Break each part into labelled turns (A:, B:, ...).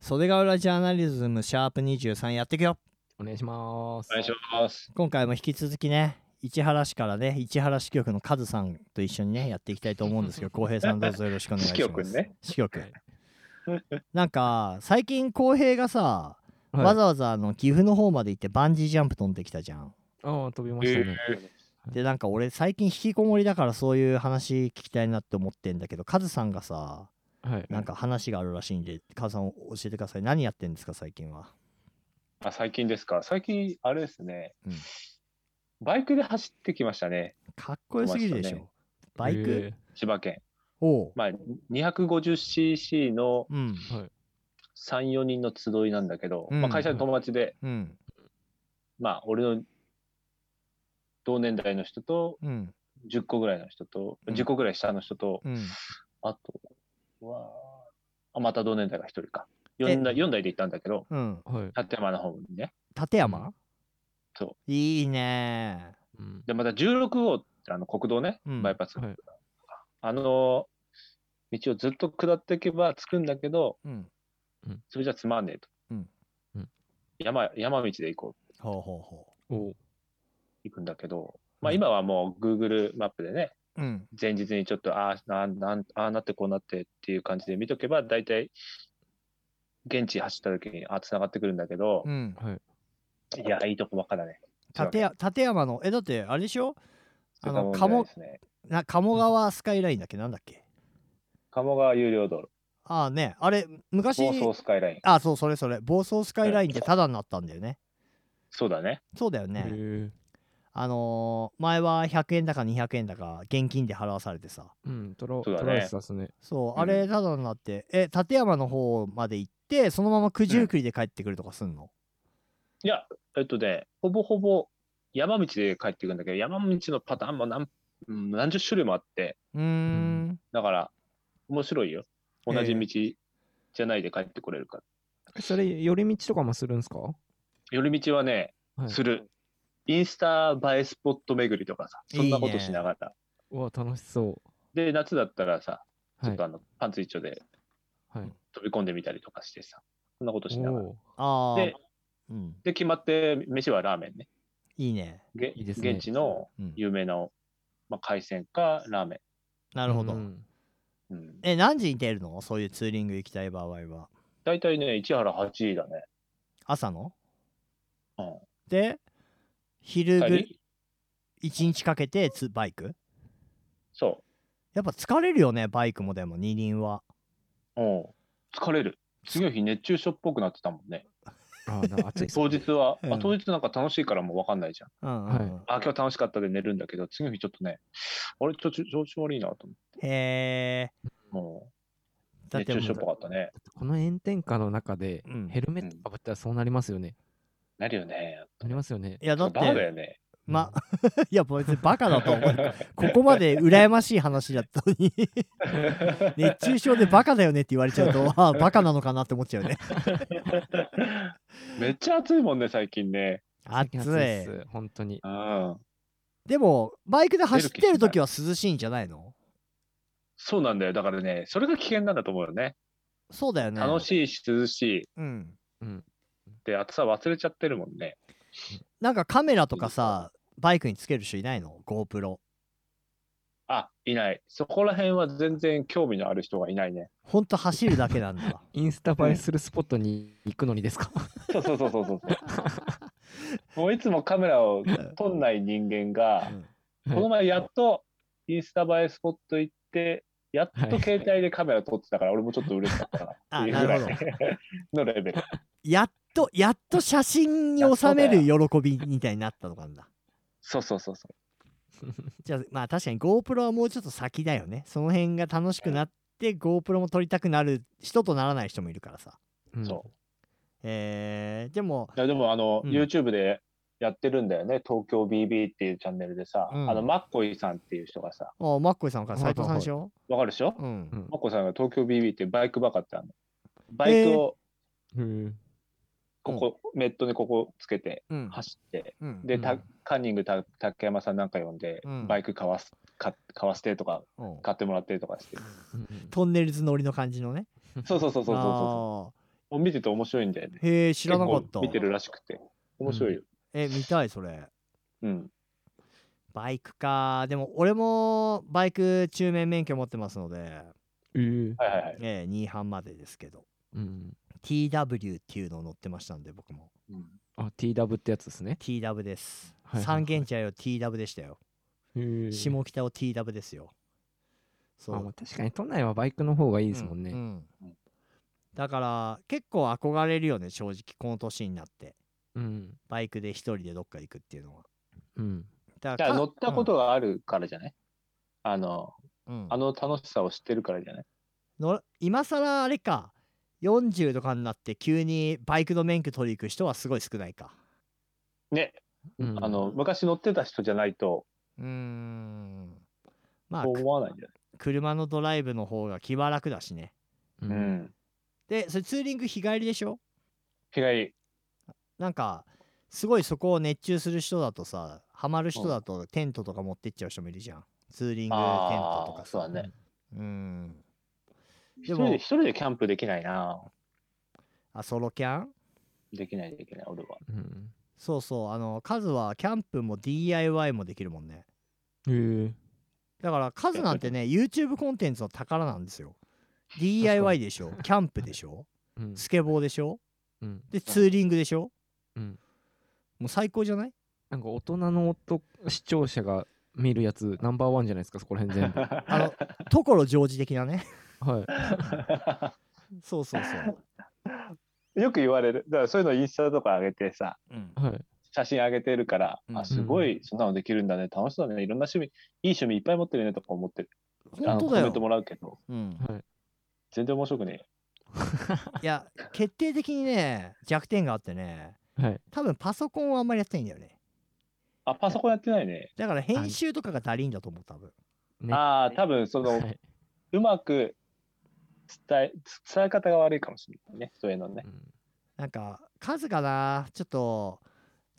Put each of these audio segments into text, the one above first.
A: 袖ヶ浦ジャーナリズムシャープ23やっていくよ
B: お願いします
C: お願いします。
A: 今回も引き続きね市原市からね市原支局のカズさんと一緒にねやっていきたいと思うん ですけど浩平さんどうぞよろしくお願いします
C: 支局ね
A: 支局
B: はい
A: なんか最近浩平がさ、
B: はい
A: わざわざあの岐阜の方まで行ってバンジージャンプ飛んできたじゃん
B: ああ飛びましたね、
A: でなんか俺最近引きこもりだからそういう話聞きたいなって思ってんだけどカズさんがさ
B: はい
A: なんか話があるらしいんでカズさん教えてください何やってんですか最近は
C: あ最近ですか。最近、あれですね、
A: うん
C: バイクで走ってきましたね、
A: かっこよすぎるでしょ、
C: 飛ば
A: バイク
B: え
C: 千葉県。
A: おう、
C: まあ、250cc の
A: うん
B: ーはい
C: 3、4人の集いなんだけど、
A: うん
C: まあ、会社の友達で、
A: うん
C: まあ、俺の同年代の人と、
A: うん
C: 10個ぐらいの人と、
A: うん
C: 10個ぐらい下の人と、
A: うん
C: あとは、あまた同年代が1人か。4台 ,4 台で行ったんだけど、
A: うん
B: はい、
C: 立山の方にね。
A: 立山
C: そ
A: いいね
B: うん
C: う。で、また16号ってあの国道ね、
A: うん
C: バイパス。
B: はい
C: あの道をずっと下っていけば着くんだけど、
A: うん
C: それじゃつまんねえと。
A: うん
B: うん
C: 山山道で行こう、
A: ほうほうほ
B: おう
C: 行くんだけど、まあ、
A: うん
C: 今はもう Google マップでね、
A: ううん
C: 前日にちょっとああなんなんああなってこうなってっていう感じで見とけば、大体現地走った時にあつながってくるんだけど
A: う、ん
B: はい
C: いや、いいとこばっかだね。
A: 立や立山のえだってあれでしょあの鴨
C: ですね。
A: な鴨川スカイラインだっけなんだっけ
C: 鴨川有料道路、
A: ああねあれ昔
C: 房総スカイライン。
A: あそうそれそれ暴走スカイラインってタダになったんだよね
C: そうだね。
A: そうだよ
B: え
A: ね
B: ー
A: あのー前は100円だか200円だか現金で払わされてさ
B: うんトラ
C: そうだね
B: トライスですね
A: そう
C: うん
A: あれタダになって、え立山の方まで行ってそのまま九十九里で帰ってくるとかすんの、
C: いや、えっとね、ほぼほぼ山道で帰っていくんだけど、山道のパターンも何うん何十種類もあって、
A: うーん
C: だから面白いよ。同
A: え
C: じ
A: え
C: 道じゃないで帰ってこれるから。
B: それ寄り道とかもするんですか、は
C: 寄り道はね、
B: い、
C: する。インスタ映えスポット巡りとかさ、そんなことしながら。
B: うわ楽しそ
C: で、夏だったらさ、
B: う
C: ち
B: は
C: ょっ
B: い
C: とあの、パンツ一丁で
B: はい
C: 飛び込んでみたりとかしてさ、そんなことしながら。
B: お
A: ああ
C: で、
A: うん、
C: で、決まって飯はラーメンね。
A: いいね、
C: げ
B: いいですね
C: 現地の
A: うん、
C: 有名な、まあ、海鮮かラーメ
A: な
B: な
A: るほど、
C: ン。うん、
A: え何時に出るのそういうツーリング行きたい場合は
C: 大体ね、市原8時だね。
A: 朝の
C: うん
A: で昼
C: 帰
A: ぐ
C: り
A: 1日かけてつバイク
C: そ
A: やっぱ疲れるよねバイクもでも二輪は
C: う。うん。疲れる。次の日熱中症っぽくなってたもんね。
B: あーな暑いっす
C: 当日は、
A: うん
C: あ当日なんか楽しいからもう分かんないじゃん。
A: うんうん
B: はい
A: うん
C: あ、今日楽しかったで寝るんだけど、次の日ちょっとね、あれ、ちょっと調子悪いなと
A: へえ
C: 思って。もう、
A: だって
C: 熱中症っ
A: も
C: ぽかったね。
B: この炎天下の中で
A: う、うん、
B: ヘルメットかぶったらそうなりますよね、
C: なるよね。
B: なりますよね
A: いやだっ
C: バカだ
A: て
C: よね。
A: ま
B: あ
A: いや別にバカだと思 うここまで羨ましい話だったのに 熱中症でバカだよねって言われちゃうとああバカなのかなって思っちゃう ね
C: めっちゃ暑いもんね、最近ね。
A: 暑い
B: 本当に
C: うん。
A: でもバイクで走ってる時は涼しいんじゃないの
C: そうなんだよ。だからね、それが危険なんだと思うよね。
A: そうだよね
C: 楽しいし、涼しい。
A: うん
B: うん
C: で、暑さ忘れちゃってるもんね。
A: なんかカメラとかさバイクにつける人いないの GoPro
C: あ、いない。そこら辺は全然興味のある人がいないね。
A: ほんと走るだけなん だ
B: インスタ映えするスポットに行くのにですか、
C: そうそうそう そうそうそう。もういつもカメラを撮んない人間が、この前やっとインスタ映えスポット行って、やっと携帯でカメラ撮ってたから、俺もちょっと嬉しかったなっていうぐ ら
A: あなる
C: い のレベル。
A: やっとやっと写真に収める喜びみたいになったのかんだ
C: そうそうそうそ
A: じゃあまあ確かに GoPro はもうちょっと先だよねその辺が楽しくなって GoPro も撮りたくなる人とならない人もいるからさ
B: うん
C: う。そ
A: えー、でも
C: ういやでも、あの、
A: うん
C: YouTube でやってるんだよね、東京 BB っていうチャンネルでさ、
A: うん
C: あの、マッコイさんっていう人がさ、
A: あマッコイさんから斎藤さんでしょ、
C: わかるでしょ、
A: うん
B: うん
C: マッコイさんが東京 BB っていうバイクバカってあるの。バイクを
B: うん
C: ここ、ネットにここつけて
A: うん
C: 走って、
A: うん
C: で、た
B: うん
C: カンニングた竹山さんなんか呼んで、
A: うん
C: バイク買わすか買わせてとか
A: うん
C: 買ってもらってとかして
B: うん
A: トンネルズ乗りの感じのね
C: そうそうそうそうそうそ
A: あー
C: もう見てて面白いんだよね。
A: へえ、知らなかっ
C: 結
A: た
C: 構。見てるらしくて。面白いよ。
A: え、見たい、それ。
C: うん。
A: バイクか。でも、俺もバイク中免免許持ってますので、
B: えー
C: はいはいはい。
A: ええ、2班までですけど。
B: うん。
A: TW っていうのを乗ってましたんで、僕も。
C: うん
B: あ、TW ってやつですね。
A: TW です。
B: はいはいはい
A: 三軒茶屋を TW でしたよ。
B: へー
A: 下北を TW ですよ。そ
B: あまあ、確かに都内はバイクの方がいい
A: い
B: ですもんね。
C: うん
A: だから結構憧れるよね正直この年になって
B: うん。
A: バイクで一人でどっか行くっていうのは
B: うん。
A: だ
C: じゃあ乗ったことがあるからじゃない、あの、
A: うんうん
C: あの楽しさを知ってるからじゃない
A: の今更あれか40とかになって急にバイクの免許取り行く人はすごい少ないか
C: ね、
B: うん
C: あの、昔乗ってた人じゃないと、
A: うーんまあ
C: そう思わないんじゃ
A: 車のドライブの方が気は楽だしね
B: う。
C: ない、うんん。
A: でそれツーリング日帰りでしょ
C: 日帰り。
A: なんかすごいそこを熱中する人だとさハマる人だとテントとか持ってっちゃう人もいるじゃんツーリングテントと
C: あ
A: か
C: あ、そう
A: さ
C: だね。
A: うん
C: 一
A: で
C: 人
A: も
C: で、一人でキャンプできないな。
A: あソロキャン
C: できない、できない、俺は。
B: うん。
A: そうそうあのカズはキャンプも DIY もできるもんね
B: へー
A: だからカズなんて ね YouTube コンテンツの宝なんですよ DIY でし ょキャンプでしょ
B: うん。
A: スケボーでしょ
B: うん。
A: でツーリングでしょ
B: うん。
A: もう最高じゃない
B: なんか大人の男視聴者が見るやつナンバーワンじゃないですか、そこら辺 全部。
A: あの 所ジョージ的なね
B: はい。
A: そうそうそう、
C: よく言われる。だからそういうのインスタとか上げてさ、
A: うん、
B: はい。
C: 写真上げてるから、
A: うん
C: あ、すごい、そんなのできるんだね。楽しそうだね。いろんな趣味、いい趣味いっぱい持ってるねとか思ってる。あ
A: 本
C: の
A: 当
C: コ
A: だ
C: メ
A: よ
C: ント、もらうけど、
A: うん、
B: はい。
C: 全然面白くね
A: いや決定的にね弱点があってね
B: はい。
A: 多分パソコンはあんまりやってないんだよね
C: え。あ、パソコンやってないね。
A: だから編集とかが足りんだと思う多分
B: ね
C: ああ、多分その
B: は、い。
C: うまく伝え、伝え方が悪いかもしれないね。そういうのね
B: う。ん
A: なんか数かなちょっと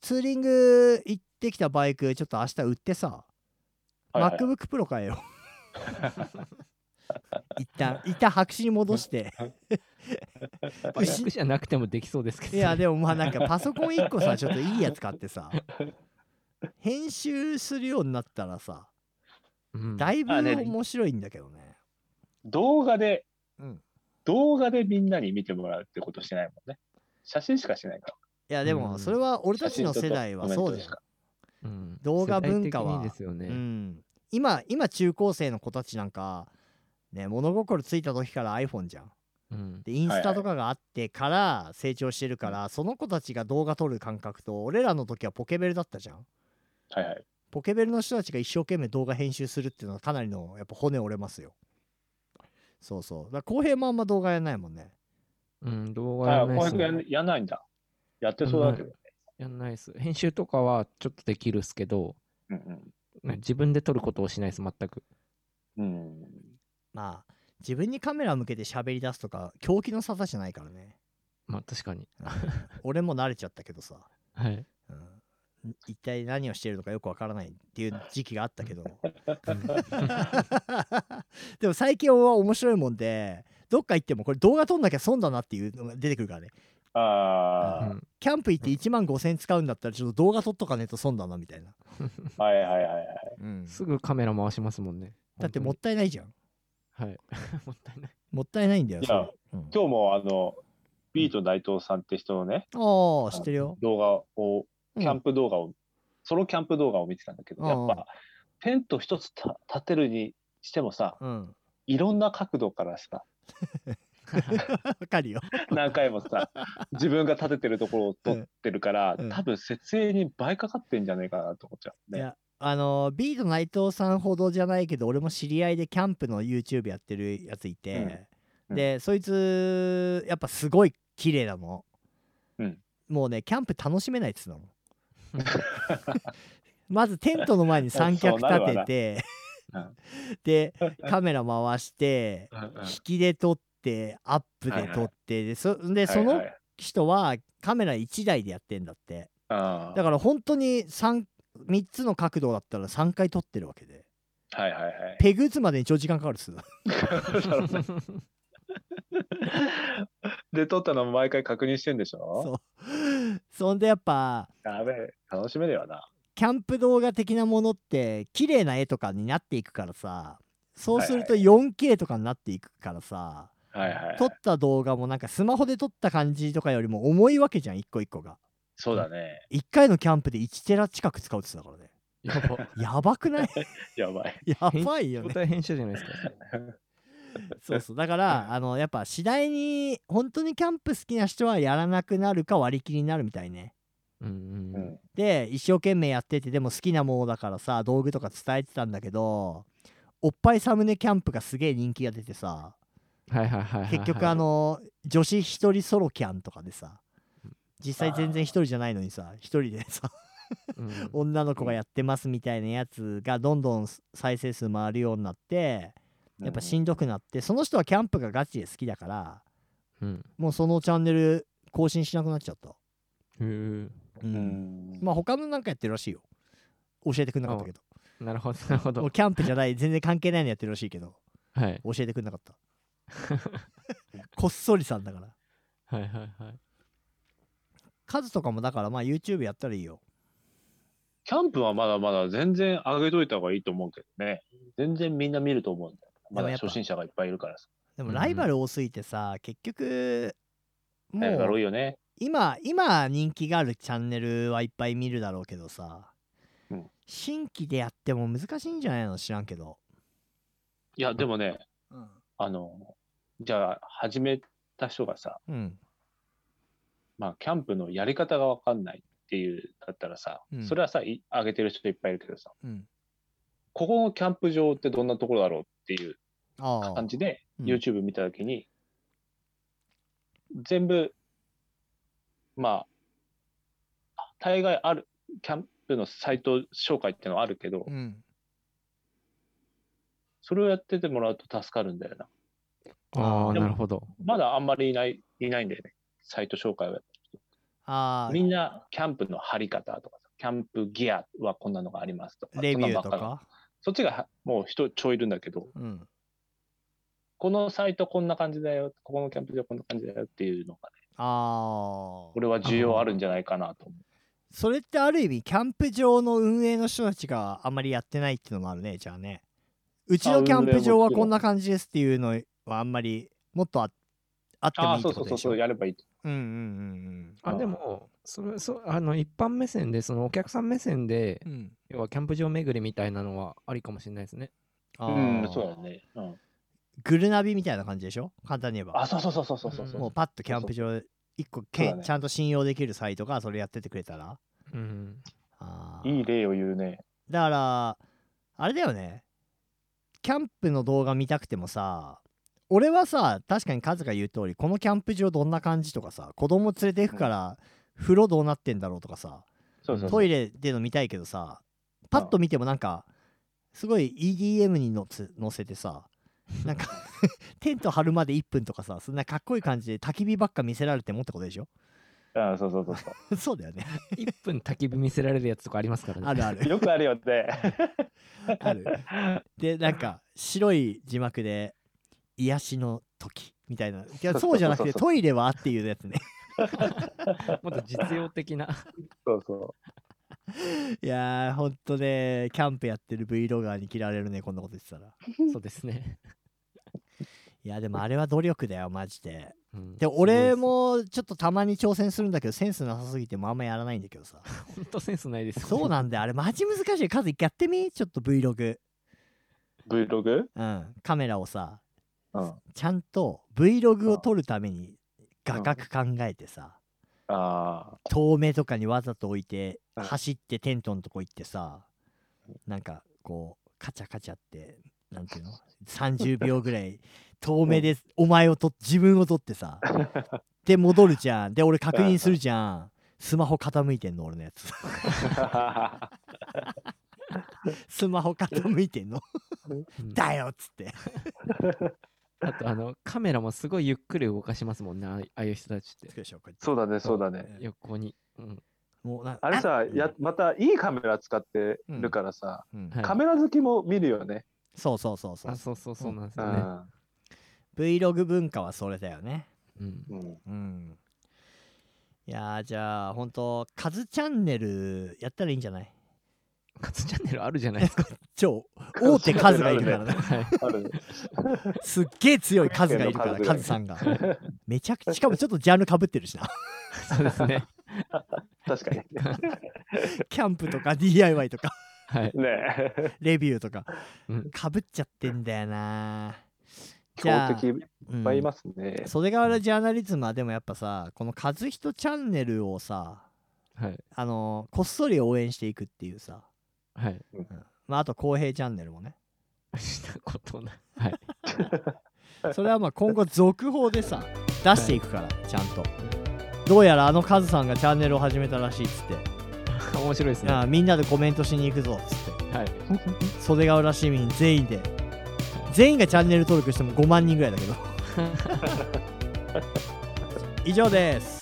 A: ツーリング行ってきたバイクちょっと明日売ってさ、
C: はいはい
A: MacBookPro 買えよ一旦一旦白紙に戻して
B: バイクじゃなくてもできそうですけど
A: い
B: ね。
A: やでもまあなんかパソコン1個さちょっといいやつ買ってさ編集するようになったらさ
B: うん
A: だいぶ
C: あね
A: 面白いんだけどね
C: 動画で、
A: うん
C: 動画でみんなに見てもらうってことしてないもんね。写真しかしてないから。
A: いやでもそれは俺たちの世代はそうだ
C: で
A: よ
C: すか。
B: うん
A: 動画文化は
B: 世代的にですよね。
A: うん、今今中高生の子たちなんかね物心ついた時から iPhone じゃん
B: うん。
A: でインスタとかがあってから成長してるから、その子たちが動画撮る感覚と俺らの時はポケベルだったじゃん
C: はいはい。
A: ポケベルの人たちが一生懸命動画編集するっていうのはかなりのやっぱ骨折れますよそうそうだから浩平もあんま動画やんないもんね
B: うん、動画や
C: あ、
B: んない
C: こ
B: っ
C: う
B: す
C: や
B: ね
C: んやんないんだ。やってそうだけど。
B: やんないっす。編集とかはちょっとできるっすけど、
C: うん
B: ね自分で撮ることをしないです、全く。
C: うん。うん。
A: まあ自分にカメラ向けて喋り出すとか狂気の沙汰じゃないからね
B: まあ確かに。
A: うん俺も慣れちゃったけどさ
B: はい。
A: うんん一体何をしてるのかよくわからないっていう時期があったけど でも最近は面白いもんでどっか行ってもこれ動画撮んなきゃ損だなっていうのが出てくるからね
B: う
C: あ
B: ん
A: キャンプ行って1万5千使うんだったらちょっと動画撮っとかねえと損だなみたいな、
C: あ、はいはいはいはい。
A: うん
B: すぐカメラ回しますもんね。
A: だってもっ
B: 本
A: たいないじゃん
B: 当にはい。 もったいない。
A: もったいないんだよ
C: いや
A: それうん
C: 今日もあの、ビート大東さんって人のね、
A: ああ知ってるよ
C: 動画を、キャンプ動画を、ソロキャンプ動画を見てたんだけど、や
A: う
C: っ
A: んうん
C: ぱ、テント一つた立てるにしてもさ、
A: うん
C: いろんな角度からさ、
A: わかるよ
C: 何回もさ自分が立ててるところを撮ってるから、
A: うんうん
C: 多分設営に倍かかってんじゃねえかなと思っちゃう
A: い
C: ね。
A: やあのビート内藤さんほどじゃないけど俺も知り合いでキャンプの YouTube やってるやついて、
C: うん
A: でそいつやっぱすごい綺麗なの、
C: うん
A: もうねキャンプ楽しめないっつう のまずテントの前に三脚
C: そうなるわ
A: 立て
C: な
A: て、
C: うん
A: でカメラ回して引きで撮ってアップで撮って、でそでそ
C: はい
A: の
C: はい
A: 人はカメラ1台でやってんだって
C: あ
A: だから本当に 3, 3つの角度だったら3回撮ってるわけで
C: ーはいはいはい。
A: ペグ打つまでに超時間かかるっす
C: だろうねで、撮ったのも毎回確認してんでしょ
A: そう そんでやっぱ
C: やべえ、楽しめるよな。
A: キャンプ動画的なものって綺麗な絵とかになっていくからさそうすると 4K とかになっていくからさ、
C: はいはい。
A: 撮った動画もなんかスマホで撮った感じとかよりも重いわけじゃん一個一個が
C: そうだね。
A: 1回のキャンプで1テラ近く使うって言ってたからね
B: やば。
A: やばくない
C: やばい。
A: やばいよね
B: 大編集じゃないですか。
A: そうそうだからあのやっぱ次第に本当にキャンプ好きな人はやらなくなるか割り切りになるみたいね
B: うん
C: う
B: うん
C: ん。
A: で一生懸命やっててでも好きなものだからさ道具とか伝えてたんだけどおっぱいサムネキャンプがすげえ人気が出てさ
B: はいはいはいはいはい。
A: 結局あの女子一人ソロキャンとかでさ実際全然一人じゃないのにさ一人でさ
B: うん、
A: 女の子がやってますみたいなやつがどんどん再生数回るようになってやっぱしんどくなってその人はキャンプがガチで好きだから
B: うん。
A: もうそのチャンネル更新しなくなっちゃった、
B: へー
A: う
C: うんん。
A: まあ他のなんかやってるらしいよ教えてくんなかったけど
B: なるほど、なるほ
A: もう
B: ど。
A: キャンプじゃない全然関係ないのやってるらしいけ ど
B: はい。
A: 教えてくんなかったこっそりさんだから
B: はいはいはい。
A: 数とかもだからまあ YouTube やったらいいよ
C: キャンプはまだまだ全然上げといた方がいいと思うけどね。全然みんな見ると思うんだよ。ま
A: でも
C: だ
A: やっぱ
C: 初心者がいっぱいいるからさ。
A: でも
B: うんうん
A: ライバル多すぎてさ結局も
C: だから多
A: う
C: いよね。
A: 今今人気があるチャンネルはいっぱい見るだろうけどさ、
C: うん
A: 新規でやっても難しいんじゃないの知らんけど、
C: いや、でもね、
A: うん
C: あの、じゃあ始めた人がさ、
A: うん、
C: まあ、キャンプのやり方がわかんないっていうだったらさ、
A: うん
C: それはさ、い上げてる人いっぱいいるけどさ、
A: うん、
C: ここのキャンプ場ってどんなところだろうっていう
A: ああ
C: 感じで、
A: うん
C: YouTube 見たときに、全部、まあ、大概ある、キャンプのサイト紹介ってのはあるけど
A: う、ん
C: それをやっててもらうと助かるんだよな。
B: ああ、
C: でも
B: なるほど。
C: まだあんまりいない、いないんだよね。サイト紹介は。
A: あ
C: みんな、キャンプの張り方とかさ、キャンプギアはこんなのがありますとか。
A: あレビュー
C: そ
A: と
C: んなのばっり
A: か、
C: そっちがもう人ちょいいるんだけど、
A: うん、
C: このサイトこんな感じだよ、ここのキャンプ場こんな感じだよっていうのがね、
A: ああ
C: 俺は需要あるんじゃないかなと思う。
A: それってある意味キャンプ場の運営の人たちがあんまりやってないっていうのもあるねじゃあねうちのキャンプ場はこんな感じですっていうのはあんまりもっとああって
C: あ
A: もい
C: あ、
A: いっ
C: そ
A: て
C: うそ
A: こと
C: うそう
A: でしょ
C: そう、やればいいと。
A: うんうんうん
B: あでも、それそうあの一般目線で、そのお客さん目線で、
A: うんうん
B: 要はキャンプ場巡りみたいなのはありかもしれないですね。
A: あ
C: う
A: ー
C: ん、そうだね。うん、
A: グルナビみたいな感じでしょ簡単に言え
C: あ、
A: ば
C: そうそうそうそうそうそう。
A: もうパッとキャンプ場一個
C: そう
A: け
C: だね
A: ちゃんと信用できるサイトがそれやっててくれたら
B: うん。
A: あー
C: いい例を言うね。
A: だからあれだよねキャンプの動画見たくてもさ俺はさ確かにカズが言う通りこのキャンプ場どんな感じとかさ子供連れて行くから風呂どうなってんだろうとかさ
C: そうそうそう。
A: トイレでの見たいけどさパッと見てもなんかすごい EDM にのつ乗せてさなん かテント張るまで1分とかさそんなかっこいい感じで焚き火ばっか見せられてもってことでしょ
C: あそうそうそうそ
A: そうだよね
B: 1分焚き火見せられるやつとかありますからね。
A: あるあ
C: う。
A: る
C: よく あるよって。
A: あるでなんか白い字幕で「癒しの時」みたいないやそうじゃなくてトイレはっていうやつね
B: もっと実用的な。
C: そうそ
A: いやーほんとねキャンプやってる Vlogger に嫌われるねこんなこと言ってたら
B: そうですね。
A: いやでもあれは努力だよマジで
B: うん
A: で俺、もちょっとたまに挑戦するんだけどセンスなさすぎてもうあんまやらないんだけど さ
B: 本当センスないですよね
A: そう なんだよあれマジ難しいカズ一回やってみちょっと Vlog、
C: う。Vlog?
A: うん、カメラをさ
C: うん。
A: ちゃんと Vlog を撮るために画角考えてさ、
C: あ
A: 遠目とかにわざと置いて
C: うん
A: 走ってテントのとこ行ってさなんかこうカチャカチャってなんていうの30秒ぐらい遠目でお前をと自分を撮ってさで戻るじゃんで俺確認するじゃんスマホ傾いてんの俺のや つ
C: あ。
A: スマホ傾いてんの
B: うん
A: だよっつって
B: あとあのカメラもすごいゆっくり動かしますもんねああああいう人たちって
C: そうだね、そうだね。
B: 横に、うん
A: もうな
C: あれさ、
A: うん
C: やまたいいカメラ使ってるからさ、
A: うん
B: はい
C: カメラ好きも見るよね。
A: そうそうそうそう
B: あそうそうそうなんです
C: う
B: よね、
C: ん。
A: Vlog 文化はそれだよね。
B: うん
C: うん。
A: うん。いやーじゃあ、ほんと、カズチャンネルやったらいいんじゃない
B: カツチャンネルあるじゃないですか。
A: 超大手カズがいるからね。
B: はい。
C: ある。
A: すっげえ強いカズがいるから、
C: カズ
A: カズさんが。めちゃくちゃ、しかもちょっとジャンルかぶってるしな。
B: そうですね。
C: 確 かに。
A: キャンプとか DIY とか、
B: はい。
C: ねえ。
A: レビューとか
B: うん、
A: かぶっちゃってんだよな。じゃあ、
C: 強敵いっ
A: うん
C: ぱいいますね。
A: 袖ヶ浦ジャーナリズムはでもやっぱさ、この和人チャンネルをさ、
B: はい。
A: あのこっそり応援していくっていうさ、
B: はい。
A: まあ、あと公平チャンネルもね。
B: したことない。はい。
A: それはまあ今後続報でさ出していくからちゃんとどうやらあのカズさんがチャンネルを始めたらしいっつって、
B: 面白いですね。
A: あ
B: は
A: あみんなでコメントしに行くぞっつって
B: い。
A: 袖ヶ浦市民全員で全員がチャンネル登録しても5万人ぐらいだけど以上です